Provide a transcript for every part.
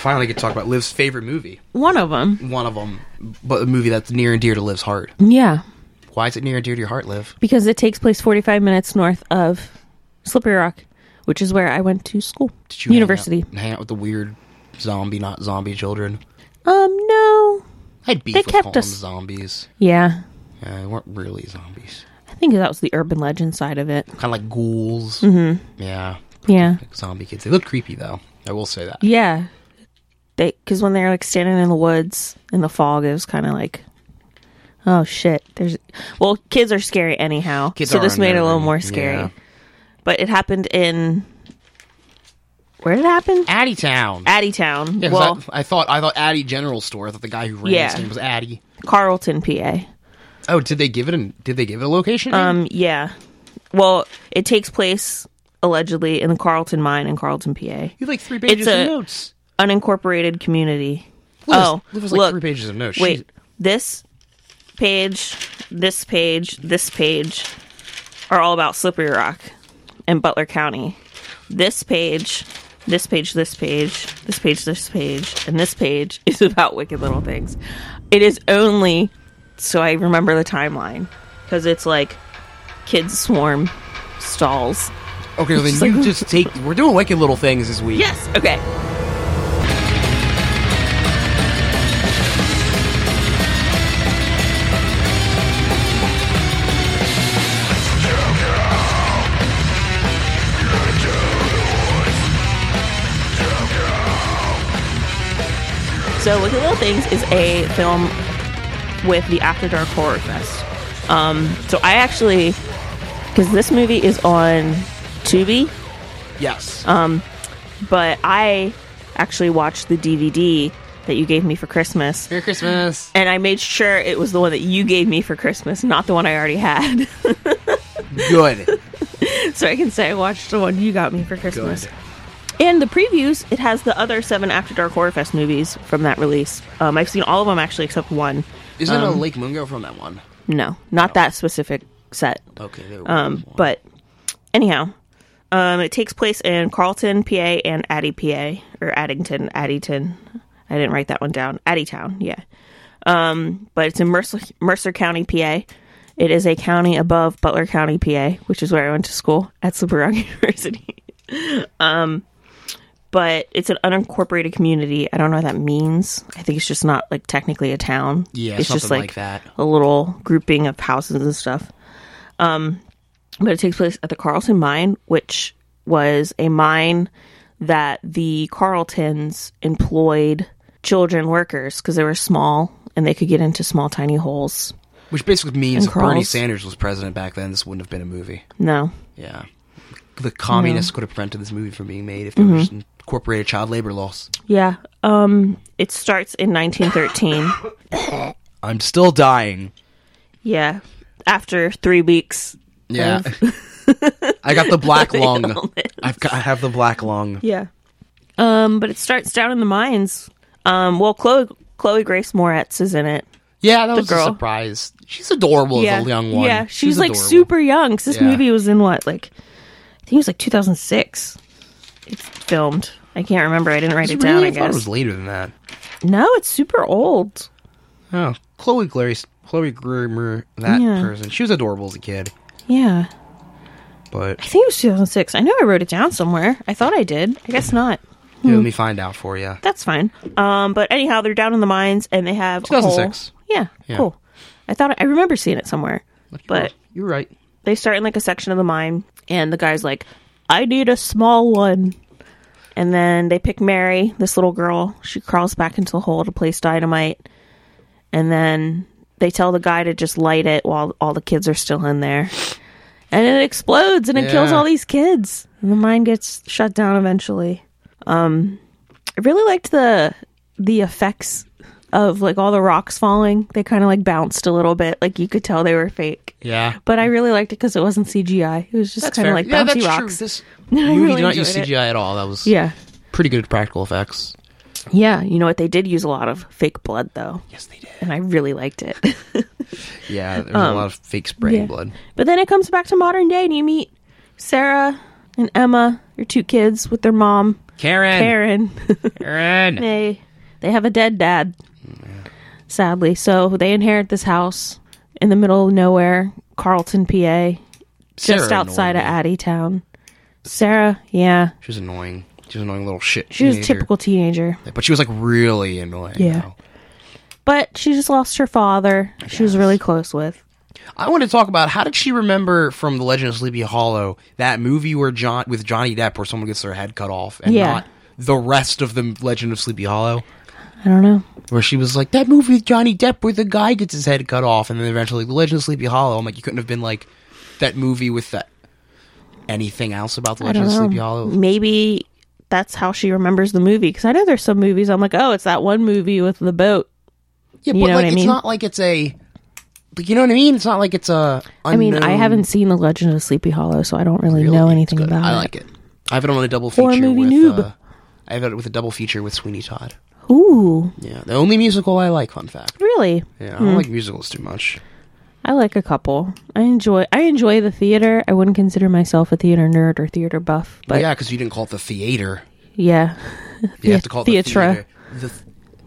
finally get to talk about Liv's favorite movie. One of them. One of them, but a movie that's near and dear to Liv's heart. Yeah. Why is it near and dear to your heart, Liv? Because it takes place 45 minutes north of Slippery Rock, which is where I went to school. Did you hang out- University. Hang out, with the weird zombie, not zombie children. Um, no. I'd beef They with kept calling them us- zombies. Yeah. Yeah, they weren't really zombies. I think that was the urban legend side of it. Kind of like ghouls. Mm-hmm. Yeah, Yeah. like zombie kids. They look creepy though. I will say that. Yeah. They, because when they're like standing in the woods in the fog, it was kind of like, oh shit. There's, well, kids are scary anyhow. Kids so are this made it a little unnerving. more scary. Yeah. But it happened in, where did it happen? Addy Town. Addytown. Yeah, 'cause well, I, I thought I thought Addy General Store. I thought the guy who ran Yeah. this thing was Addy. Carlton, PA. Oh, did they give it? An, did they give it a location? name? Um, yeah. Well, it takes place allegedly in the Carlton Mine in Carlton, PA. you have like three pages a- of notes. Unincorporated community. Liv has- oh, Liv has, like look. three pages of notes. She- Wait, this page, this page, this page are all about Slippery Rock and Butler County. This page, this page, this page, this page, this page, and this page is about Wicked Little Things. It is only so I remember the timeline because it's like kids swarm stalls. okay, well, She's then like- you just take. We're doing wicked little things this week. Yes, okay. So, Wicked Little Things is a film with the After Dark Horror Fest. Um, so, I actually, because this movie is on Tubi, Yes. Um, but I actually watched the DVD that you gave me for Christmas. Merry Christmas. And I made sure it was the one that you gave me for Christmas, not the one I already had. Good. so I can say I watched the one you got me for Christmas. Good. And the previews, it has the other seven After Dark Horror Fest movies from that release. Um, I've seen all of them actually except one. Isn't it a Um, Lake Mungo from that one? No, not that specific set. Okay. There Um, but anyhow, um, it takes place in Carlton, PA, and Addie, PA, or Addington, Addington. I didn't write that one down. Additown, yeah. Um, but it's in Mercer, Mercer County, PA. It is a county above Butler County, PA, which is where I went to school at Slippery Rock University. um, but it's an unincorporated community. I don't know what that means. I think it's just not like technically a town. Yeah, it's something like that. a little grouping of houses and stuff. Um, but it takes place at the Carlton Mine, which was a mine that the Carltons employed children workers because they were small and they could get into small, tiny holes. Which basically means And if Bernie crawls. Sanders was president back then, this wouldn't have been a movie. No. Yeah. The communists could have prevented this movie from being made if they Mm-hmm. would just incorporated child labor laws. Yeah. Um, it starts in 1913. I'm still dying. yeah. After three weeks. Yeah. I got the black lung. I've got, I have the black lung. Yeah. Um, but it starts down in the mines. Um, well, Chloe, Chloe Grace Moretz is in it. Yeah, that was girl. a surprise. She's adorable as a young one. Yeah, she's, like adorable. super young. 'cause this Yeah. movie was in what, like, I think it was like 2006. It's filmed. I can't remember. I didn't write I it down. really I thought it guess was later than that. no, it's super old. Oh, Chloe Grace, Chloe Grimmer, that Yeah. person. She was adorable as a kid, Yeah, but I think it was 2006. I know I wrote it down somewhere. I thought I did. I guess not. yeah, let me find out for you. That's fine. Um, but anyhow, they're down in the mines and they have a whole- 2006. Yeah, Yeah. cool. I thought I remember seeing it somewhere, but you're right. they start in like a section of the mine and the guy's like i need a small one and then they pick mary this little girl she crawls back into the hole to place dynamite and then they tell the guy to just light it while all the kids are still in there and it explodes and it kills Yeah. all these kids and the mine gets shut down eventually um i really liked the the effects of like all the rocks falling they kind of like bounced a little bit like you could tell they were fake Yeah, but I really liked it because it wasn't CGI. It was just kind of like yeah, bouncy that's rocks. true. This I movie really did not use enjoyed it. CGI at all. That was Yeah, pretty good practical effects. yeah. You know what? They did use a lot of fake blood though, Yes, they did. and I really liked it. Yeah, there was a lot of fake spraying Um, yeah. blood. but then it comes back to modern day, and you meet Sarah and Emma, your two kids, with their mom, Karen. Karen. Karen. they they have a dead dad sadly so they inherit this house in the middle of nowhere carlton pa just Sarah outside annoyed me. of additown sarah yeah She was annoying. She was an annoying little shit. she was a teenager. typical teenager But she was like really annoying. Yeah. though. but she just lost her father she was really close with I want to talk about how did she remember from the Legend of Sleepy Hollow that movie where John with Johnny Depp where someone gets their head cut off and Yeah. not the rest of the Legend of Sleepy Hollow i don't know where she was like that movie with Johnny Depp where the guy gets his head cut off and then eventually the Legend of Sleepy Hollow. I'm like you couldn't have been like that movie with that anything else about the I don't Legend of Sleepy know. Hollow. maybe that's how she remembers the movie because i know there's some movies i'm like oh it's that one movie with the boat Yeah, You but like know what I it's mean? not like it's a like you know what I mean? It's not like it's a i mean i unknown- haven't seen the legend of sleepy hollow so i don't really, Really, know it's anything good. about I it like it. I have it on a double Horror feature movie with noob. Uh, I have it with a double feature with Sweeney Todd. ooh Yeah, the only musical I like. Fun fact. really Yeah, I don't like musicals too much. I like a couple. I enjoy I enjoy the theater. I wouldn't consider myself a theater nerd or theater buff, But but yeah, because you didn't call it the theater. yeah, You have to call it the theatre. theater. The, th-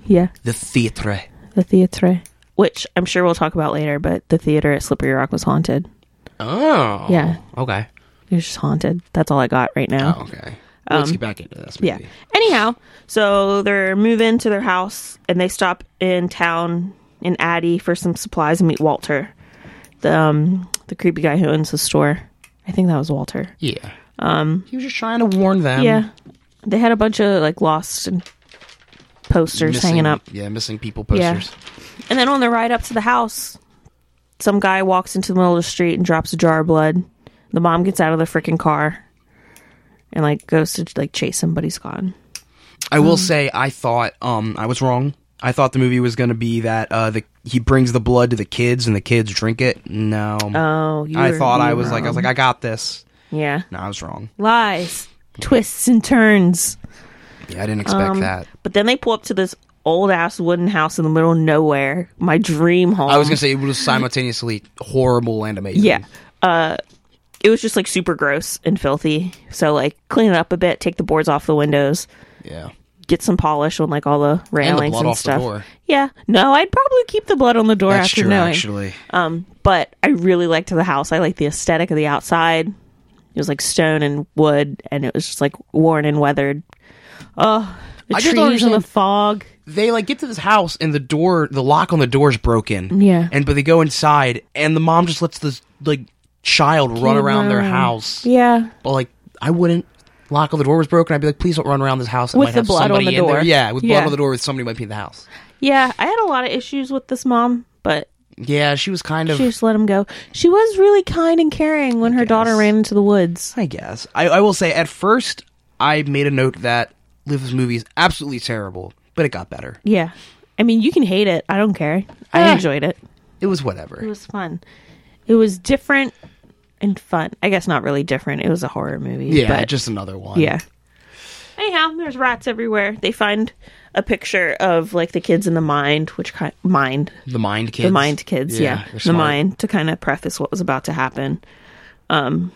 yeah, the theater. the theater, which I'm sure we'll talk about later. But the theater at Slippery Rock was haunted. Oh. Yeah. Okay. It was just haunted. That's all I got right now. Oh, okay. Well, Um, let's get back into this. yeah. Maybe. Anyhow, so they're moving to their house and they stop in town in Addie for some supplies and meet Walter, the um, the creepy guy who owns the store. I think that was Walter. Yeah. Um. He was just trying to warn them. Yeah. They had a bunch of like lost and posters Missing, hanging up. Yeah, missing people Yeah. posters. And then on the ride up to the house, some guy walks into the middle of the street and drops a jar of blood. The mom gets out of the freaking car and like goes to like chase him, but he's gone. I Hmm. will say I thought um I was wrong. I thought the movie was going to be that uh the he brings the blood to the kids and the kids drink it. No. Oh, you I were- thought you I were was like I was wrong. like I got this. yeah, No, I was wrong. lies, twists and turns. Yeah, I didn't expect Um, that. But then they pull up to this old ass wooden house in the middle of nowhere. My dream home. I was going to say it was simultaneously horrible and amazing. Yeah. Uh it was just like super gross and filthy. So like clean it up a bit, take the boards off the windows, Yeah. get some polish on like all the railings and, blood off the stuff. door. Yeah. No, I'd probably keep the blood on the door That's after true knowing. actually. Um but I really liked the house. I liked the aesthetic of the outside. It was like stone and wood and it was just like worn and weathered. Oh, the I just trees don't and the understand- fog. They like get to this house and the door the lock on the door is broken. Yeah. And but they go inside and the mom just lets this like child run around their house. Yeah. But like, I wouldn't. Lock on the door was broken. I'd be like, please don't run around this house. It With might the have blood on somebody the in there." door. Yeah, with blood Yeah. on the door, with somebody might be in the house. Yeah, I had a lot of issues with this mom, but Yeah, she was kind of. She just let him go. She was really kind and caring when her daughter guess. ran into the woods. I guess. I, I will say, at first, I made a note that Liv's movie is absolutely terrible, but it got better. Yeah. I mean, you can hate it. I don't care. I Ah. enjoyed it. It was It whatever. was fun. It was different and fun. I guess not really different. It was a horror movie. Yeah, but just another one. yeah. Anyhow, there's rats everywhere. They find a picture of like the kids in the mind, which kind mind the Mind Kids. the mind kids, yeah, they're the smart. mind to kind of preface what was about to happen. Um,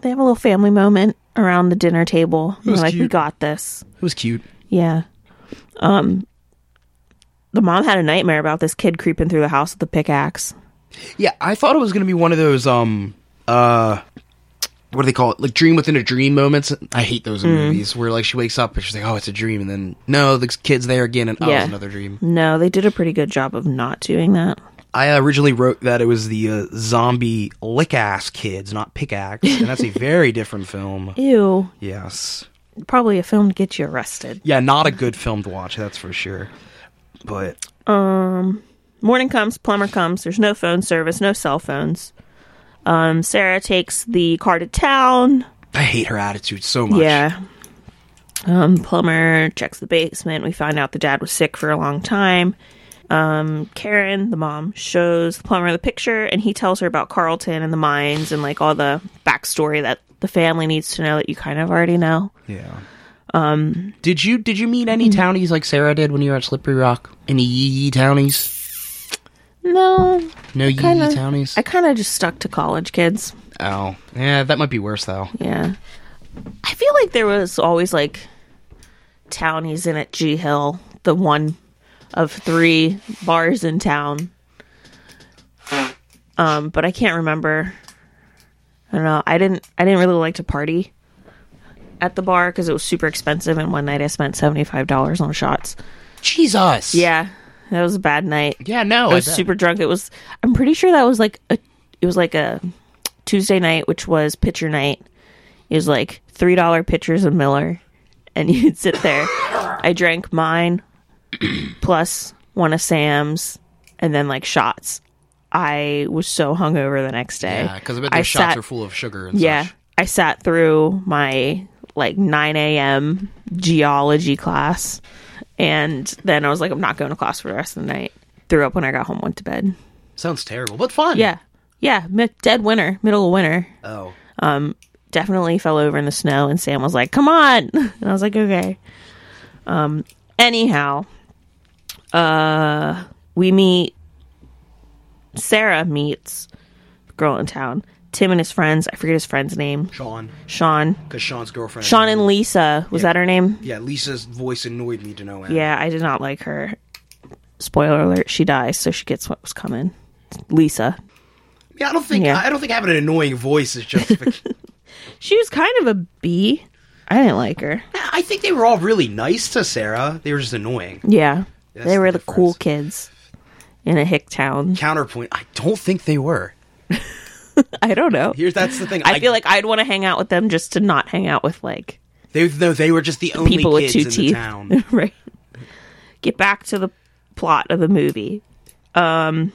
they have a little family moment around the dinner table. They're was like, we cute. got this. It was cute. Yeah. Um the mom had a nightmare about this kid creeping through the house with a pickaxe. Yeah, I thought it was going to be one of those um uh what do they call it? Like dream within a dream moments. I hate those in Mm-hmm. movies where like she wakes up and she's like, "Oh, it's a dream," and then no, the kid's there again, and oh, Yeah. it's another dream. No, they did a pretty good job of not doing that. I originally wrote that it was the uh, zombie lick ass kids, not pickaxe, and that's a very different film. Ew. Yes, Probably a film to get you arrested. yeah, not a good film to watch, that's for sure. But Morning comes, plumber comes. There's no phone service, no cell phones. Um, Sarah takes the car to town. I hate her attitude so much. Yeah. Um, plumber checks the basement. We find out the dad was sick for a long time. Um, Karen, the mom, shows the plumber the picture, and he tells her about Carlton and the mines and like all the backstory that the family needs to know that you kind of already know. yeah. Um, did you did you meet any Mm-hmm. townies like Sarah did when you were at Slippery Rock? Any yee yee townies? No, No yee Kinda. yee townies. I kind of just stuck to college kids. Oh, yeah, that might be worse though. Yeah, I feel like there was always like town he's in at G Hill, the one of three bars in town. Um, but I can't remember. I don't know. I didn't. I didn't really like to party at the bar because it was super expensive. And one night I spent seventy five dollars on shots. Jesus. Yeah, that was a bad night. Yeah. No. I was bet. super drunk. It was. I'm pretty sure that was like a. It was like a Tuesday night, which was pitcher night. It was like three dollar pitchers of Miller, and you'd sit there. I drank mine, plus one of Sam's, and then like shots. I was so hungover the next day. Yeah, because I bet those shots sat- are full of sugar and yeah, such. I sat through my like 9 a.m. geology class, and then I was like, I'm not going to class for the rest of the night. Threw up when I got home, went to bed. Sounds terrible, but fun. Yeah, yeah, mi- dead winter, middle of winter. Oh. Definitely fell over in the snow, and Sam was like, "Come on," and I was like, "Okay." Um. Anyhow, uh, we meet. Sarah meets the girl in town. Tim and his friends. I forget his friend's name. Sean, Sean. because Sean's girlfriend. Sean and Lisa. Was that her name? Yeah, Lisa's voice annoyed me to no end. Yeah, I did not like her. Spoiler alert, she dies, so she gets what was coming. Lisa. Yeah, I don't think Yeah. I don't think having an annoying voice is just. She was kind of a B. I didn't like her. I think they were all really nice to Sarah. They were just annoying. Yeah. That's they the were the, difference. cool kids in a hick town. Counterpoint: I don't think they were. I don't know. Here's that's the thing. I, feel like I'd want to hang out with them just to not hang out with like they no, they were just the only people kids with two in teeth. the town. right. Get back to the plot of the movie. Um,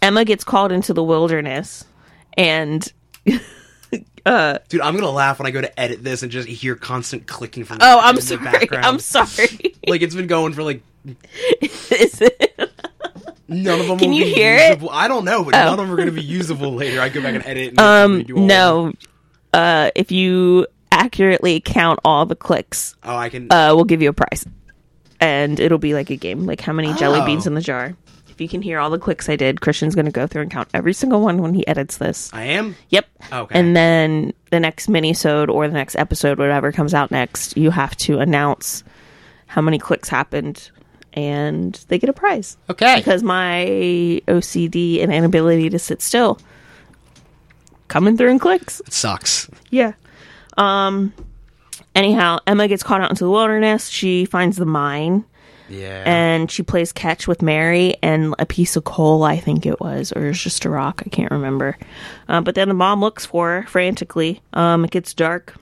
Emma gets called into the wilderness and Dude, I'm gonna laugh when I go to edit this and just hear constant clicking from. Oh, I'm in the sorry. background. I'm sorry. Like it's been going for like Is it- none of them. Can will you be hear it? Oh. usable. I don't know, but none of them are gonna be usable later. I go back and edit. And redo all um, of them. no. Uh, if you accurately count all the clicks, Oh, I can. uh, we'll give you a prize, and it'll be like a game, like how many jelly Oh. beans in the jar. If you can hear all the clicks I did, Christian's going to go through and count every single one when he edits this. I am. Yep. Okay. And then the next minisode or the next episode, whatever comes out next, you have to announce how many clicks happened, and they get a prize. Okay. because my OCD and inability to sit still coming through in clicks. It sucks. Yeah. Um. Anyhow, Emma gets caught out into the wilderness. She finds the mine Yeah. and she plays catch with Mary and a piece of coal, I think it was, or it's just a rock. I can't remember. Uh, but then the mom looks for her frantically. Um, it gets dark.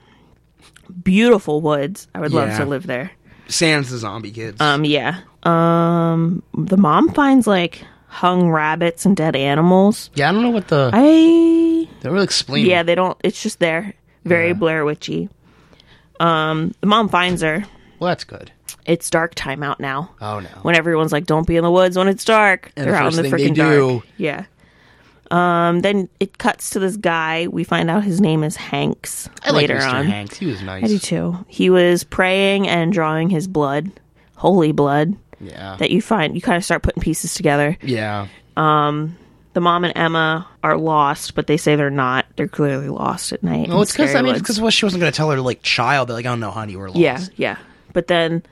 Beautiful woods. I would love Yeah. to live there. Sans the zombie kids. Um, yeah. Um, the mom finds like hung rabbits and dead animals. yeah, I don't know what the. I They don't really explain. yeah, they don't. It's just there. Very Yeah. Blair Witchy. Um, the mom finds her. Well, that's good. It's dark time out now. Oh no. When everyone's like, "Don't be in the woods when it's dark," And they're the out in the first thing freaking they do- dark. Yeah. Um. Then it cuts to this guy. We find out his name is Hanks I like later Mr. on. Hanks. He was nice. I do too. He was praying and drawing his blood, holy blood, Yeah. that you find. You kind of start putting pieces together. yeah. the mom and Emma are lost, but they say they're not. They're clearly lost at night. Well, it's because I mean, because because what she wasn't going to tell her like child that like I don't know, honey, we're lost. yeah, yeah. But then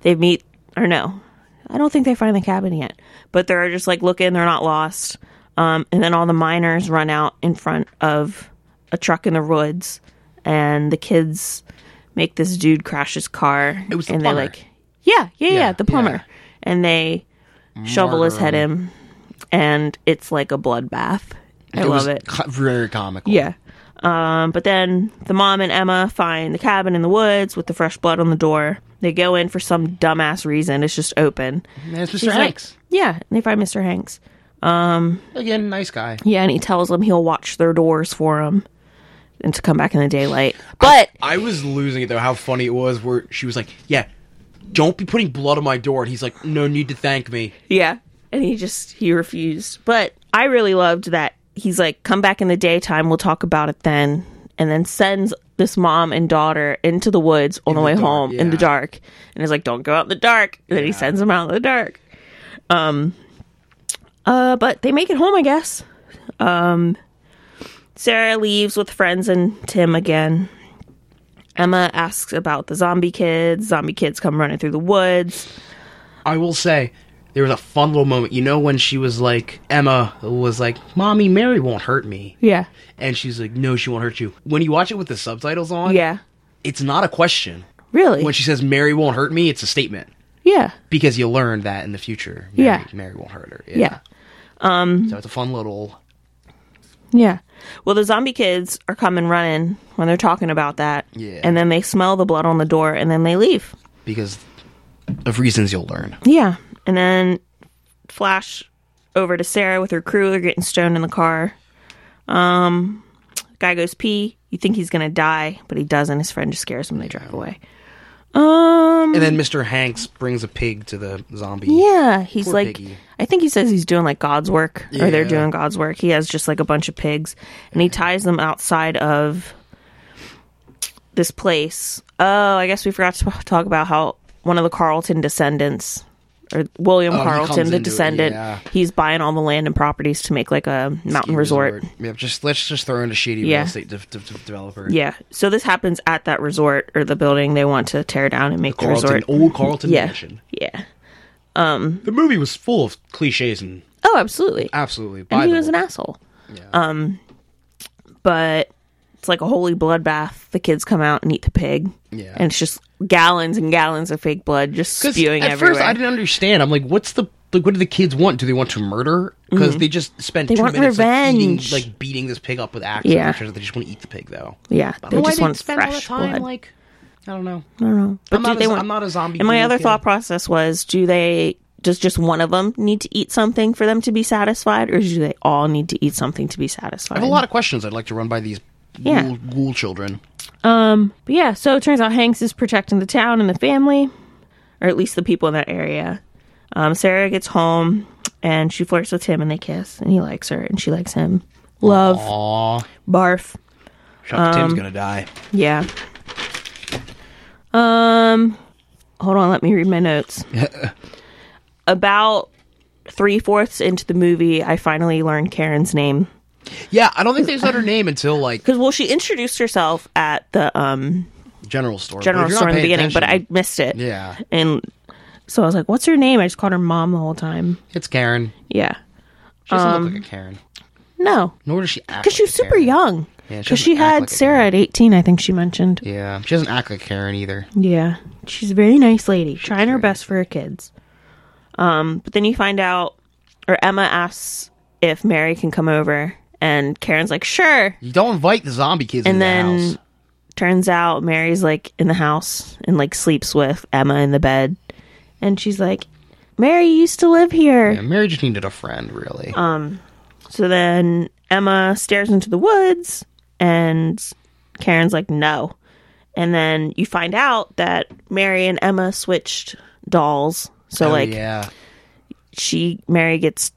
they meet, or no, I don't think they find the cabin yet. But they're just like looking; they're not lost. Um, and then all the miners run out in front of a truck in the woods, and the kids make this dude crash his car. It was the and plumber. they like, yeah, yeah, yeah, Yeah, the plumber, and they shovel his head Murder in, and it's like a bloodbath. I love was it. co- very comical. Yeah. Um, but then the mom and Emma find the cabin in the woods with the fresh blood on the door. They go in for some dumbass reason. It's just open. And it's Mr. He's like- Hanks yeah. And they find Mr. Hanks. again, nice guy. Yeah. And he tells them he'll watch their doors for them and to come back in the daylight. But I was losing it though. How funny it was where she was like, "Yeah, don't be putting blood on my door," and he's like, "No need to thank me." yeah. And he just, he refused. But I really loved that he's like, come back in the daytime. We'll talk about it then. And then sends this mom and daughter into the woods on the way dark, home in the yeah. dark. And he's like, don't go out in the dark. And then he Yeah. sends them out in the dark. Um, Uh, but they make it home, I guess. Um, Sarah leaves with friends and Tim again. Emma asks about the zombie kids. Zombie kids come running through the woods. I will say there was a fun little moment. You know when she was like Emma was like, "Mommy, Mary won't hurt me," Yeah. and she's like, "No, she won't hurt you." When you watch it with the subtitles on, Yeah. it's not a question. Really? When she says Mary won't hurt me, it's a statement yeah. because you learn that in the future. Mary, Yeah. Mary won't hurt her. Yeah. So it's a fun little. Yeah. Well, the zombie kids are coming running when they're talking about that. Yeah. And then they smell the blood on the door and then they leave. because of reasons you'll learn. Yeah. And then flash over to Sarah with her crew. They're getting stoned in the car. Um, guy goes pee. You think he's going to die, but he doesn't. His friend just scares him. They drive away. Um, And then Mr. Hanks brings a pig to the zombie. yeah. He's Poor like, piggy. I think he says he's doing like God's work or they're Yeah. doing God's work. He has just like a bunch of pigs and he ties them outside of this place. Oh, I guess we forgot to talk about how one of the Carlton descendants or William Oh, he comes Carlton, the into it, descendant, yeah. he's buying all the land and properties to make like a mountain resort. Yep, just let's just throw in a shady Yeah. real estate de- de- de- developer. Yeah. So this happens at that resort or the building they want to tear down and make the, Carlton, resort. old Carlton Yeah. mansion. Yeah. The movie was full of cliches and Oh, absolutely. absolutely. By And he the was an book. asshole. Um, but it's like a holy bloodbath. The kids come out and eat the pig. Yeah. and it's just gallons and gallons of fake blood just 'Cause spewing at everywhere. first I didn't understand. I'm like, what's the like? What do the kids want? Do they want to murder? Because they just spent Mm-hmm. They two want minutes like, eating, revenge. like beating this pig up with axes. Yeah. Yeah, they just want to eat the pig though. yeah, they Why just they want spend all that fresh time, blood. Like, I don't know. I don't know. But I'm do not they a- want, I'm not a zombie And my movie other kid. thought process was: Do they? Does just one of them need to eat something for them to be satisfied, or do they all need to eat something to be satisfied? I have a lot of questions I'd like to run by these Yeah. ghoul, ghoul children. Um, But yeah, so it turns out Hanks is protecting the town and the family, or at least the people in that area. Um, Sarah gets home and she flirts with him and they kiss, and he likes her and she likes him. Love, Aw, barf. Chuck Um, Tim's gonna die. Yeah. Um, hold on, let me read my notes. About three fourths into the movie, I finally learned Karen's name. Yeah, I don't think they said her name until like Because, well, she introduced herself at the um, general store. general store in the beginning, but I missed it. yeah, And so I was like, what's her name? I just called her mom the whole time. it's Karen. Yeah. She doesn't look like a Karen, No. nor does she act. Because she was like a Um, super Karen. young. Yeah, she Because she doesn't act had like a Sarah at 18, I think she mentioned. Yeah, she doesn't act like Karen either. Yeah. She's a very nice lady, trying her best for her kids. Um, but then you find out, or Emma asks if Mary can come over, and Karen's like, sure. You don't invite the zombie kids in And the then house. turns out Mary's like in the house and like sleeps with Emma in the bed. And she's like, Mary you used to live here. Yeah, Mary just needed a friend, really. Uh, So then Emma stares into the woods, and Karen's like, no. And then you find out that Mary and Emma switched dolls. So Oh, like yeah, she Mary gets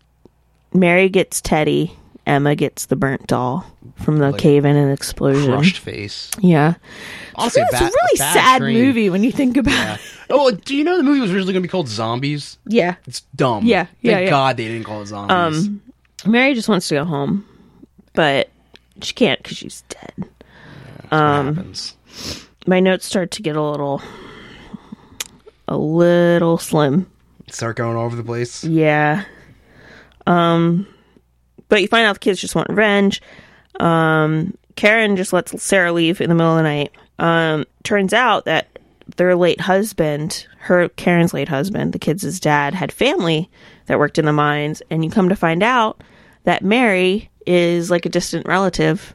Mary gets Teddy, Emma gets the burnt doll from the cave in and explosion. crushed face. Yeah. Honestly, it's bad- a really bad sad dream. movie when you think about it. Oh, do you know the movie was originally going to be called Zombies? Yeah. It's dumb. Yeah, yeah, Um, Thank yeah. God they didn't call it Zombies. Mary just wants to go home, but she can't because she's dead. um, happens. my notes start to get a little a little slim Start going all over the place. yeah um but you find out the kids just want revenge um karen just lets sarah leave in the middle of the night um turns out that their late husband her karen's late husband the kids' dad had family that worked in the mines and you come to find out that mary is like a distant relative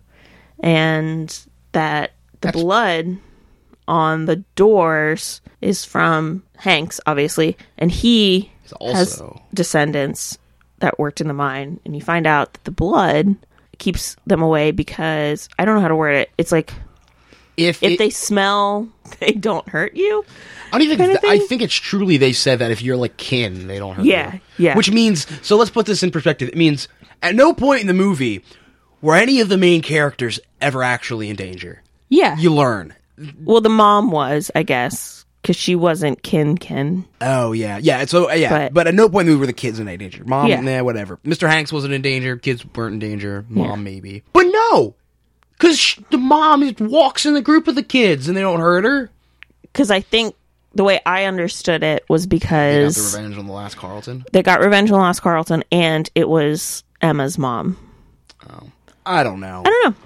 and that the blood on the doors is from Hanks, obviously, and he also- has descendants that worked in the mine. And you find out that the blood keeps them away because I don't know how to word it. It's like if it- they smell, they don't hurt you. I don't even. kinda Think th- I thing? think it's truly they said that if you're like kin, they don't hurt Yeah, you. yeah. Which means, so let's put this in perspective. It means at no point in the movie were any of the main characters ever actually in danger. Yeah. You learn. well, the mom was, I guess, because she wasn't kin kin. Oh yeah, yeah. So uh, yeah, But- but, at no point in the movie were the kids in any danger. Mom, Yeah. nah, whatever. Mr. Hanks wasn't in danger. Kids weren't in danger. Mom maybe, but no, Because the mom is- walks in the group of the kids and they don't hurt her. Because I think the way I understood it was They got because the revenge on the last Carlton. they got revenge on Lost Carlton, and it was Emma's mom. I don't know. I don't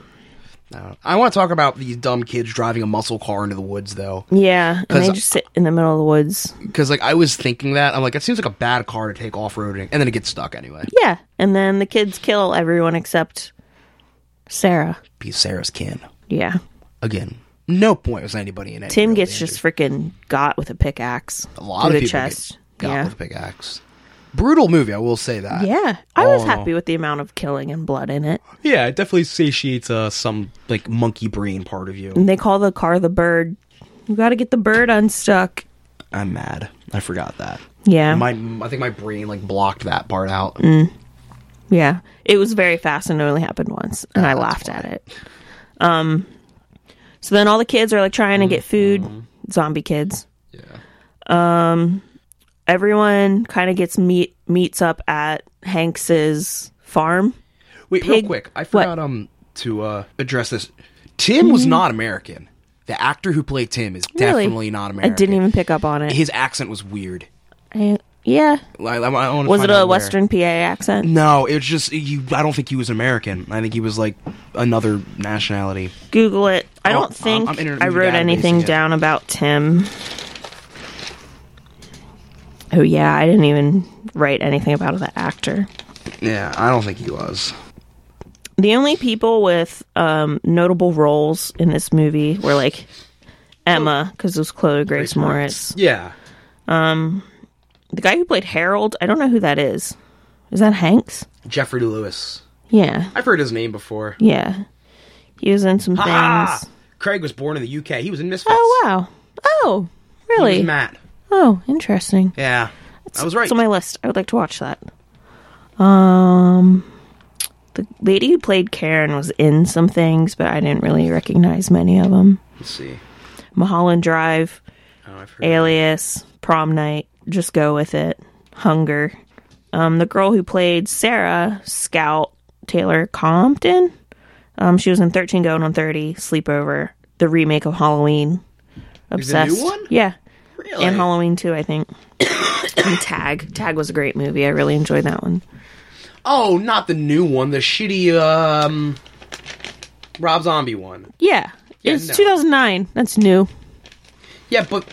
No. I want to talk about these dumb kids driving a muscle car into the woods, though. know. Yeah, and 'Cause- they just sit in the middle of the woods. Because, like, I was thinking that. I'm like, that seems like a bad car to take off roading. And then it gets stuck anyway. Yeah, and then the kids kill everyone except Sarah. Be Sarah's kin. Yeah, Again, no point was anybody in it. Tim gets just freaking got with a pickaxe. a lot of the people chest. Get, got yeah, with a big axe. Brutal movie, I will say that. yeah. I was Oh, no. happy with the amount of killing and blood in it. Yeah, it definitely satiates uh, some like monkey brain part of you. And they call the car the bird. You got to get the bird unstuck. I'm mad. I forgot that. Yeah, Mm. My, I think my brain like blocked that part out. Yeah. It was very fast and it only happened once. Ah, And I laughed at it. Um so then all the kids are like trying to get food. Mm-hmm. Zombie kids. Yeah, Everyone kind of gets meet meets up at Hanks's farm. Wait, real Pig- quick. I forgot um to uh address this. Tim was not American. The actor who played Tim is Mm-hmm. Really? definitely not American. I didn't even pick up on it. His accent was weird. I- yeah. Like, I, I wanna Was it find a out where. Western PA accent? No, it was just you. I don't think he was American. I think he was like another nationality. Google it. I Oh, don't I'm- think I'm internet I movie wrote anything databasing it. down about Tim. Oh yeah, I didn't even write anything about the actor. Yeah, I don't think he was. the only people with um, notable roles in this movie were like Emma, because it was Chloe Grace, Moritz. Yeah, The guy who played Harold, I don't know who that is. Is that Hanks? Jeffrey Lewis. Yeah, I've heard his name before. yeah. He was in some things. Ah, Craig was born in the UK. He was in Misfits. Oh wow! Oh, He was really? Matt. Oh, interesting. Yeah, I was right. It's on my list. I would like to watch that. Um, the lady who played Karen was in some things, but I didn't really recognize many of them. Let's see. Mulholland Drive. Oh, I've heard. Alias, Prom Night, Just Go With It, Hunger. Um, the girl who played Sarah, Scout Taylor Compton. Um, she was in 13 Going on 30, Sleepover, the remake of Halloween. a new Obsessed. one? Yeah. really? And Halloween too, I think. and Tag. Tag was a great movie. I really enjoyed that one. Oh, not the new one, the shitty um Rob Zombie one. Yeah. Yeah, it's no. 2009. That's new. Yeah, but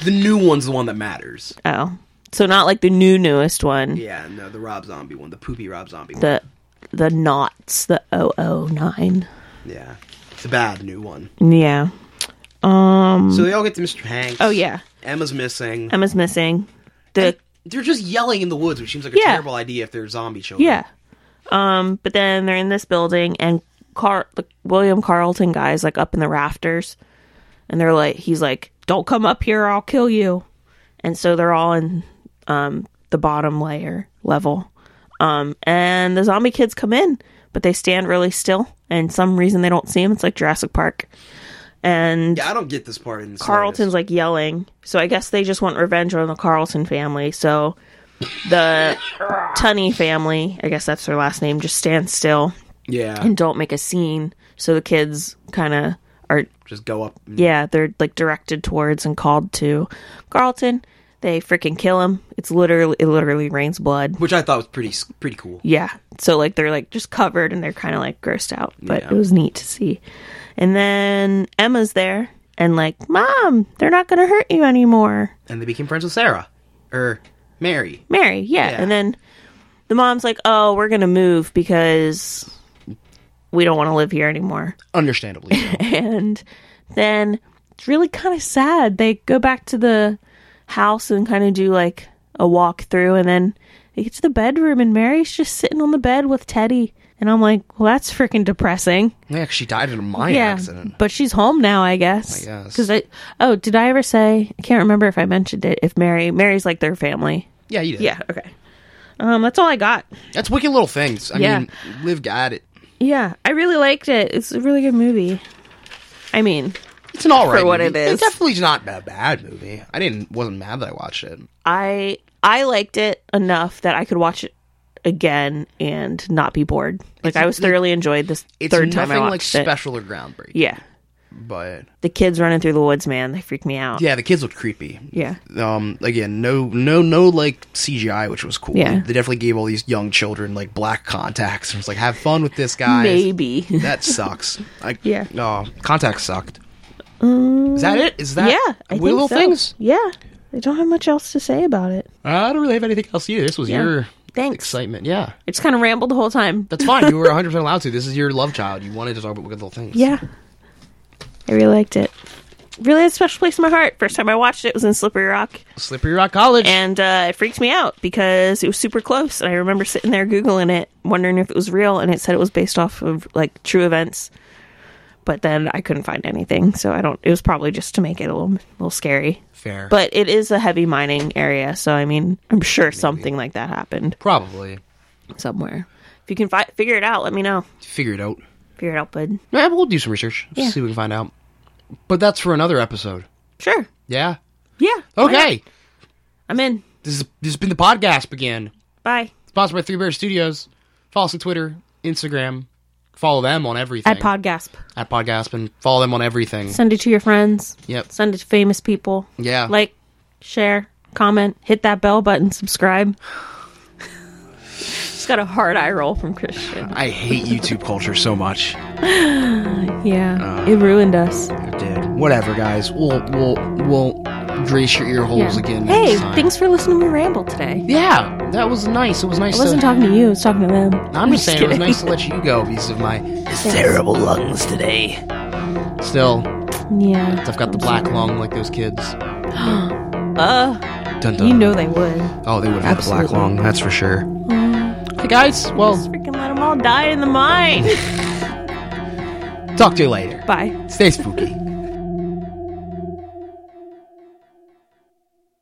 the new one's the one that matters. Oh. So not like the new newest one. Yeah, no, the Rob Zombie one, the poopy Rob Zombie one. The the knots, the 009. Yeah. It's a bad new one. Yeah. So they all get to Mr. Hanks. Mm. Oh yeah, Emma's missing. Emma's missing. The They're just yelling in the woods, which seems like a Yeah. terrible idea if they're zombie children. yeah, um, but then they're in this building, and Car the William Carlton guy's like up in the rafters, and they're like, he's like, "Don't come up here, I'll kill you," and so they're all in um the bottom layer level, um, and the zombie kids come in, but they stand really still, and some reason they don't see him. It's like Jurassic Park, and Yeah, I don't get this part in the Carlton's slightest. like yelling. So I guess they just want revenge on the Carlton family. So the Tunney family, I guess that's their last name, just stand still Yeah. and don't make a scene. So the kids kind of are, Just go up and yeah, they're like directed towards and called to Carlton. They freaking kill him. It's literally, it literally rains blood. which I thought was pretty pretty cool. Yeah. So like they're like just covered and they're kind of like grossed out, but Yeah. it was neat to see. And then Emma's there and like, "Mom, they're not going to hurt you anymore." And they became friends with Sarah or Mary. Mary, yeah. Yeah. And then the mom's like, "Oh, we're going to move because we don't want to live here anymore." Understandably. so. And then it's really kind of sad. They go back to the house and kind of do like a walk through and then they get to the bedroom and Mary's just sitting on the bed with Teddy. And I'm like, "Well, that's freaking depressing." yeah, 'cause she died in a mine yeah. accident. But she's home now, I guess. I guess. Cuz I Oh, did I ever say? I can't remember if I mentioned it. If Mary Mary's like their family. Yeah, you did. Yeah, okay. Um, that's all I got. That's wicked little things. I Yeah. mean, Liv got it. Yeah, I really liked it. It's a really good movie. I mean, It's an all right what movie. it is. It's definitely not a bad movie. I didn't wasn't mad that I watched it. I I liked it enough that I could watch it again and not be bored. Like It's- I was thoroughly enjoyed this It's third time I nothing like watched it. special or groundbreaking. Yeah, But the kids running through the woods, man, they freaked me out. yeah, the kids looked creepy. yeah. Um, again, no, no, no, like CGI, which was cool. Yeah. They definitely gave all these young children like black contacts and was like, have fun with this, guys. Maybe. That sucks. I, Yeah. Um, Oh, contacts sucked. Is that it? Is that yeah, I Willow think so. things? Yeah, I don't have much else to say about it. I don't really have anything else either. This was Yeah. your Thanks. excitement. Yeah. I just kind of rambled the whole time. That's fine. You were 100 percent allowed to. This is your love child. You wanted to talk about Wicked Little Things. Yeah, I really liked it. Really had a special place in my heart. First time I watched it was in Slippery Rock, Slippery Rock College. and uh, it freaked me out because it was super close. And I remember sitting there googling it, wondering if it was real, and it said it was based off of like true events. But then I couldn't find anything, so I don't. It was probably just to make it a little, little scary. Fair. But it is a heavy mining area, so I mean, I'm sure something like that happened. probably somewhere. If you can fi- figure it out, let me know. figure it out. Figure it out, bud. Yeah, we'll do some research. Yeah. See what we can find out. But that's for another episode. Sure. Yeah. Yeah. why Okay. not? I'm in. This is this has been the podcast again. Bye. Sponsored by Three Bear Studios. Follow us on Twitter, Instagram. Follow them on everything. At Podgasp. At Podgasp and follow them on everything. Send it to your friends. Yep. Send it to famous people. Yeah. Like, share, comment, hit that bell button, subscribe. Just got a hard eye roll from Christian. I hate YouTube culture so much. Yeah. it ruined us. Uh, It did. Whatever, guys. We'll we'll we'll grace your ear holes Yeah. again. Hey, next time. thanks for listening to me ramble today. Yeah, that was nice. It was nice. I wasn't to, talking to you, I was talking to them. I'm just saying, it was kidding. nice to let you go because of my terrible lungs today. Still, Yeah. I've got the black lung like those kids. Uh, Dun, dun. you know they would. oh, they would have the black Absolutely. lung. That's for sure. Hey guys, well, Just freaking let them all die in the mine. talk to you later. Bye. Stay spooky.